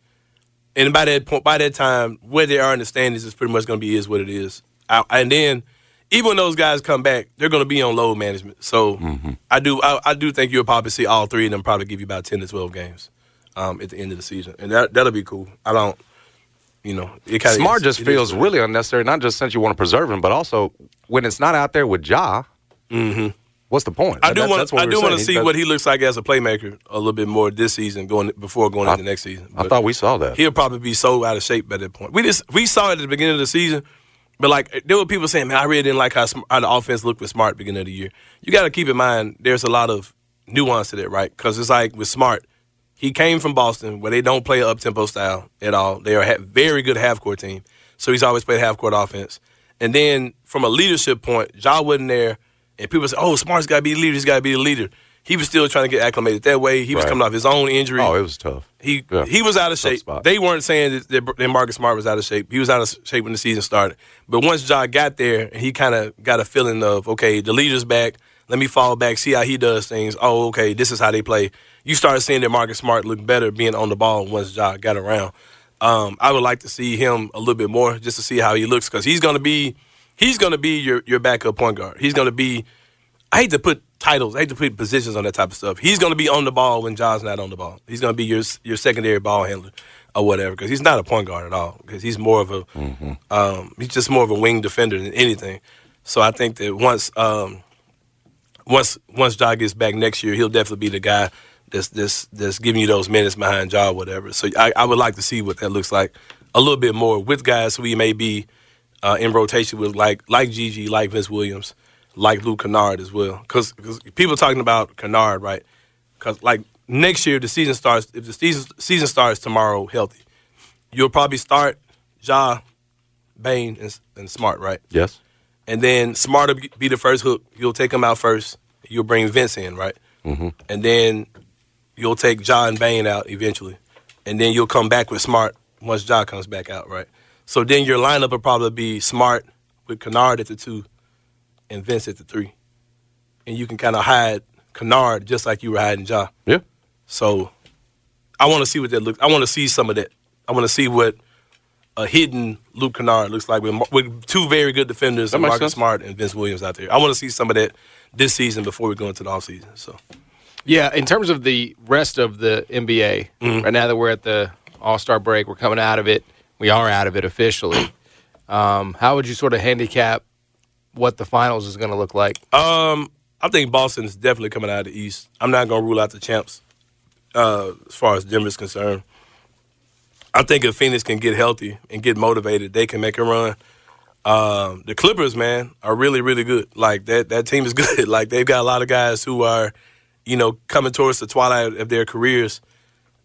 and by that point, by that time, where they are in the standings is pretty much going to be is what it is. I, and then, even when those guys come back, they're going to be on load management. So Mm-hmm. I do I, I do think you'll probably see all three of them probably give you about ten to twelve games um, at the end of the season, and that that'll be cool. I don't. you know, it kind of Smart just feels really unnecessary, not just since you want to preserve him, but also when it's not out there with Ja, what's the point? Mm-hmm. I do That- want that's what I we do were want to saying. see what he looks like as a playmaker a little bit more this season going before going into next season. I thought we saw that. He'll probably be so out of shape by that point. We just we saw it at the beginning of the season, but like there were people saying, "Man, I really didn't like how, sm- how the offense looked with Smart at the beginning of the year." You got to keep in mind there's a lot of nuance to that, right? Because it's like with Smart, he came from Boston where they don't play up tempo style at all. They are a ha- very good half court team, so he's always played half court offense. And then from a leadership point, Ja wasn't there, and people say, "Oh, Smart's got to be the leader. He's got to be the leader." He was still trying to get acclimated that way. He was Right. coming off his own injury. Oh, it was tough. He Yeah. he was out of Tough shape. spot. They weren't saying that, that, that Marcus Smart was out of shape. He was out of shape when the season started. But once Ja got there, he kind of got a feeling of okay, the leader's back. Let me fall back, see how he does things. Oh, okay, this is how they play. You started seeing that Marcus Smart looked better being on the ball once Ja got around. Um, I would like to see him a little bit more just to see how he looks because he's going to be he's going to be your your backup point guard. He's going to be I hate to put titles, I hate to put positions on that type of stuff. He's going to be on the ball when John's not on the ball. He's going to be your your secondary ball handler or whatever because he's not a point guard at all because he's more of a um, he's just more of a wing defender than anything. So I think that once um, once once Ja gets back next year, he'll definitely be the guy that's that's that's giving you those minutes behind Ja, whatever. So I, I would like to see what that looks like a little bit more with guys who he may be uh, in rotation with, like like Gigi, like Vince Williams, like Luke Kennard as well. Because people talking about Kennard, right? Because like next year, the season starts. If the season season starts tomorrow, healthy, you'll probably start Ja, Bain, and, and Smart, right? Yes. And then Smart will be the first hook. You'll take him out first. You'll bring Vince in, right? Mm-hmm. And then you'll take John Bain out eventually. And then you'll come back with Smart once John comes back out, right? So then your lineup will probably be Smart with Kennard at the two and Vince at the three. And you can kind of hide Kennard just like you were hiding John. Yeah. So I want to see what that looks I want to see some of that. I want to see what a hidden Luke Kennard looks like with, Mar- with two very good defenders, That and makes Marcus sense. Smart and Vince Williams out there. I want to see some of that this season before we go into the offseason. So. Yeah, in terms of the rest of the NBA, Mm-hmm. right now that we're at the All Star break, we're coming out of it. We are out of it officially. Um, how would you sort of handicap what the finals is going to look like? Uh, Um, I think Boston's definitely coming out of the East. I'm not gonna rule out the champs uh, as far as Denver's concerned. I think if Phoenix can get healthy and get motivated, they can make a run. Um, the Clippers, man, are really really good. Like that that team is good. like they've got a lot of guys who are, you know, coming towards the twilight of their careers.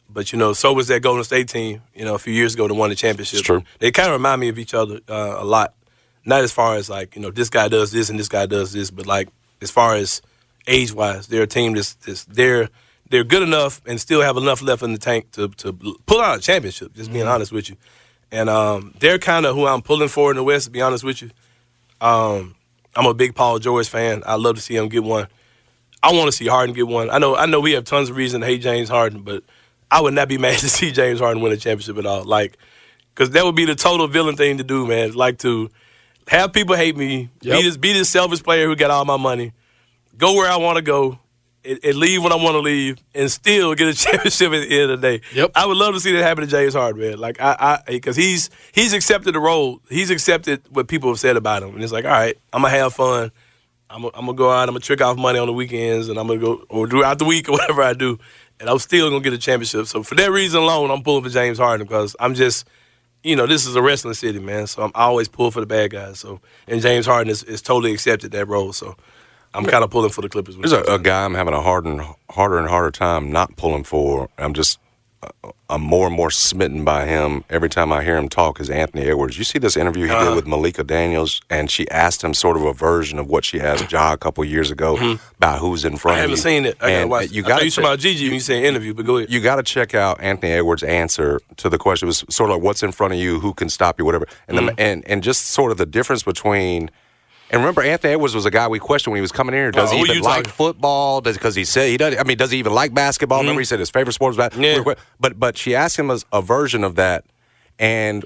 But you know, so was that Golden State team. You know, a few years ago that won the championship. true. They kind of remind me of each other uh, a lot. Not as far as like you know, this guy does this and this guy does this, but like as far as age wise, they're a team that's, that's they're they're good enough and still have enough left in the tank to to pull out a championship. Just being honest with you, and um, they're kind of who I'm pulling for in the West. To be honest with you, um, I'm a big Paul George fan. I love to see him get one. I want to see Harden get one. I know I know we have tons of reason to hate James Harden, but I would not be mad to see James Harden win a championship at all. Like, because that would be the total villain thing to do, man. Like to have people hate me, be this be this selfish player who got all my money, go where I want to go, and, and leave when I want to leave, and still get a championship at the end of the day. Yep. I would love to see that happen to James Harden, man. Like I, I, because he's he's accepted the role, he's accepted what people have said about him, and it's like, all right, I'm gonna have fun. I'm gonna I'm gonna go out. I'm gonna trick off money on the weekends, and I'm gonna go or throughout the week or whatever I do, and I'm still gonna get a championship. So for that reason alone, I'm pulling for James Harden because I'm just, you know, this is a wrestling city, man. So I'm I always pull for the bad guys. So and James Harden is, is totally accepted that role. So I'm kind of pulling for the Clippers. with There's that. a, a guy I'm having a harder and harder and harder time not pulling for. I'm just uh, I'm more and more smitten by him every time I hear him talk. Is Anthony Edwards? You see this interview he Uh-huh. did with Malika Daniels, and she asked him sort of a version of what she asked Ja a couple years ago about who's in front of Mm-hmm. I haven't you. seen it. I gotta And watch. it. You I thought got you talking about Gigi when you say interview, but go ahead. you got to check out Anthony Edwards' answer to the question. It was sort of like what's in front of you, who can stop you, whatever, and Mm-hmm. the, and and just sort of the difference between. And remember, Anthony Edwards was a guy we questioned when he was coming here. Does Oh, he who even you like talking- football? Does because he said he does. I mean, does he even like basketball? Mm-hmm. Remember, he said his favorite sport was basketball. But but she asked him a, a version of that, and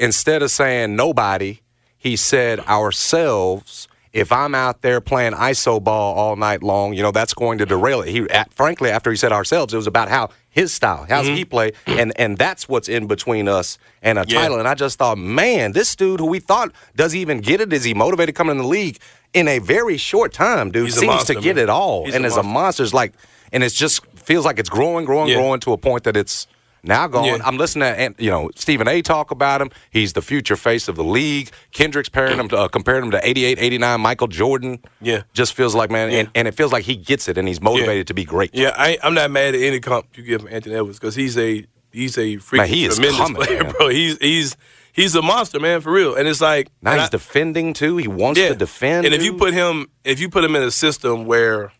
instead of saying nobody, he said ourselves. If I'm out there playing ISO ball all night long, you know that's going to derail it. He, at, frankly, after he said ourselves, it was about how his style, how's he play, and and that's what's in between us and a Mm-hmm. Yeah. title. And I just thought, man, this dude who we thought does he even get it? Is he motivated coming in the league in a very short time, dude? He's a seems monster, to get man. it all, He's and a is a monster. monster. It's like, and it's just feels like it's growing, growing, Yeah. growing to a point that it's. Now gone. Yeah. I'm listening to and, you know Stephen A. talk about him. He's the future face of the league. Kendrick's pairing him, to, uh, comparing him to 88, 89 Michael Jordan. Yeah. just feels like man, and, and it feels like he gets it, and he's motivated to be great. Yeah, I, I'm not mad at any comp you give him Anthony Edwards because he's a he's a freaking Man, he is tremendous coming, player, man. bro. He's he's he's a monster, man, for real. And it's like Now and he's I- defending too. He wants Yeah. to defend. And if you dude. put him, if you put him in a system where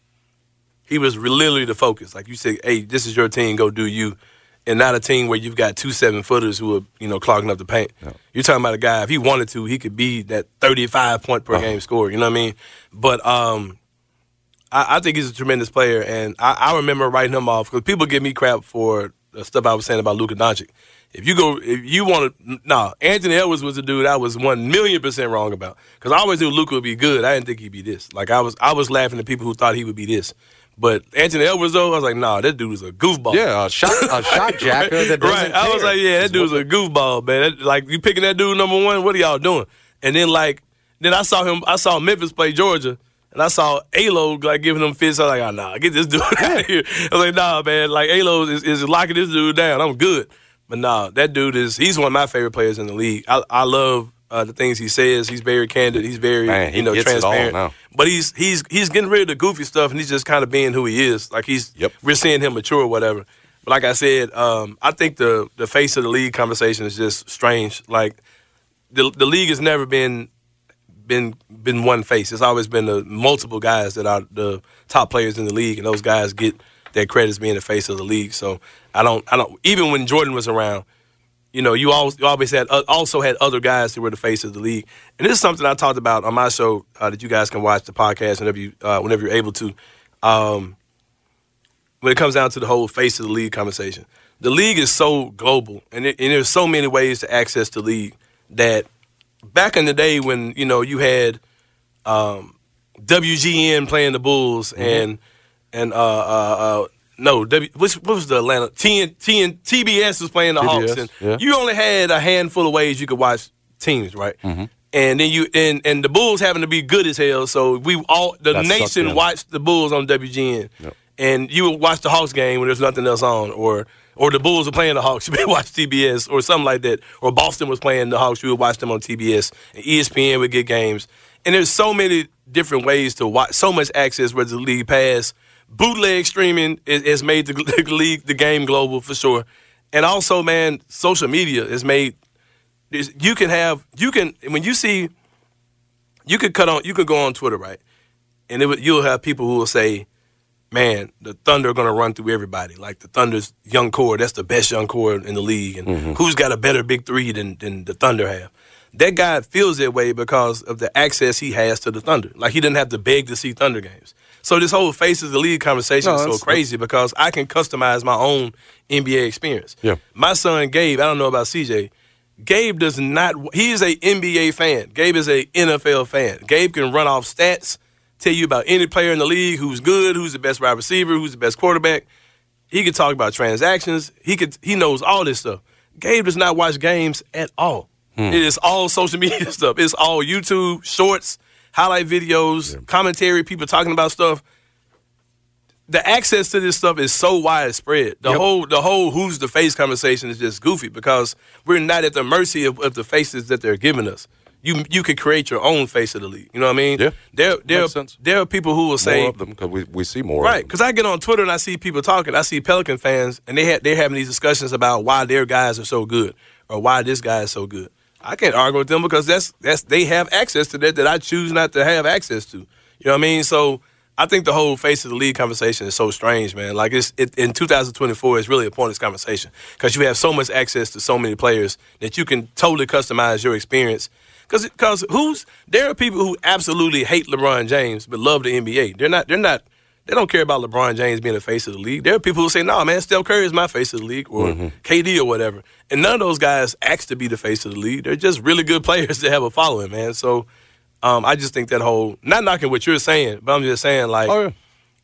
he was re- literally the focus, like you say, hey, this is your team, go do you, and not a team where you've got two seven footers who are you know clogging up the paint. You're talking about a guy. If he wanted to, he could be that 35 point Uh-huh. per game scorer. You know what I mean? But um, I, I think he's a tremendous player, and I, I remember writing him off because people give me crap for the stuff I was saying about Luka Doncic. If you go, if you want to, nah, Anthony Edwards was the dude I was one million percent wrong about because I always knew Luka would be good. I didn't think he'd be this. Like I was, I was laughing at people who thought he would be this. But Anthony Edwards though, I was like, nah, that dude is a goofball. yeah, a shot, a shot jacker that doesn't Right. I was care. like, yeah, that dude's a goofball, man. That- like, you picking that dude number one, what are y'all doing? And then, like, then I saw him, I saw Memphis play Georgia, and I saw Alo, like, giving him fists. I was like, oh, nah, get this dude out of here. I was like, nah, man, like, Alo is, is locking this dude down. I'm good. But nah, that dude is, he's one of my favorite players in the league. I, I love uh, the things he says. He's very candid. He's very, Man, he you know, gets it all transparent. now. But he's he's he's getting rid of the goofy stuff, and he's just kind of being who he is. Like he's we're seeing him mature, or whatever. But like I said, um, I think the the face of the league conversation is just strange. Like the the league has never been been been one face. It's always been the multiple guys that are the top players in the league, and those guys get their credit as being the face of the league. So I don't I don't even when Jordan was around, you know, you always, you always had uh, also had other guys who were the face of the league, and this is something I talked about on my show uh, that you guys can watch the podcast whenever you uh, whenever you're able to. Um, when it comes down to the whole face of the league conversation, the league is so global, and, it, and there's so many ways to access the league that back in the day when you know you had um, WGN playing the Bulls Mm-hmm. and and uh, uh, uh, no W which, what was the Atlanta TN, TN, TBS was playing the Hawks TBS, and yeah. you only had a handful of ways you could watch teams right Mm-hmm. and then you and and the Bulls having to be good as hell so we all the That sucked nation in. watched the Bulls on WGN and you would watch the Hawks game when there's nothing else on or or the Bulls were playing the Hawks, you would watch TBS or something like that. Or Boston was playing the Hawks, you would watch them on TBS. And E ESPN would get games. And there's so many different ways to watch, so much access where the league pass. Bootleg streaming is, has made the, the league, the game global for sure. And also, man, social media has made there's- you can have you can when you see you could cut on you could go on Twitter right, and it would, you'll have people who will say, "Man, the Thunder are going to run through everybody. Like the Thunder's young core, that's the best young core in the league, and Mm-hmm. who's got a better big three than than the Thunder have." That guy feels that way because of the access he has to the Thunder. Like he didn't have to beg to see Thunder games. So this whole faces the league conversation No, is that's- so crazy because I can customize my own NBA experience. Yeah. My son Gabe, I don't know about CJ. Gabe does not. He is a NBA fan. Gabe is a NFL fan. Gabe can run off stats, tell you about any player in the league who's good, who's the best wide receiver, who's the best quarterback. He could talk about transactions. He could. He knows all this stuff. Gabe does not watch games at all. It is all social media stuff. It's all YouTube shorts, highlight videos, commentary, people talking about stuff the access to this stuff is so widespread. The whole the whole who's the face conversation is just goofy because we're not at the mercy of, of the faces that they're giving us. You you could create your own face of the league. You know what I mean? Yeah. There there Makes sense. there are people who will say more of them because we, we see more. Right, Of because I get on Twitter and I see people talking. I see Pelican fans, and they ha- they're having these discussions about why their guys are so good or why this guy is so good. I can't argue with them because that's that's they have access to that that I choose not to have access to. You know what I mean? So I think the whole face of the league conversation is so strange, man. Like it's it, in 2024, it's really a pointless conversation because you have so much access to so many players that you can totally customize your experience. Because because who's there are people who absolutely hate LeBron James but love the NBA. They're not they're not they don't care about LeBron James being the face of the league. There are people who say, "No, nah, man, Steph Curry is my face of the league," or KD or whatever. And none of those guys asked to be the face of the league. They're just really good players that have a following, man. So um, I just think that whole not knocking what you're saying, but I'm just saying like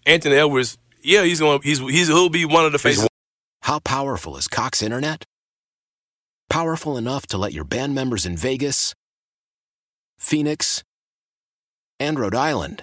Anthony Edwards. Yeah, he's going. to He's he's he'll be one of the faces. How powerful is Cox Internet? Powerful enough to let your band members in Vegas, Phoenix, and Rhode Island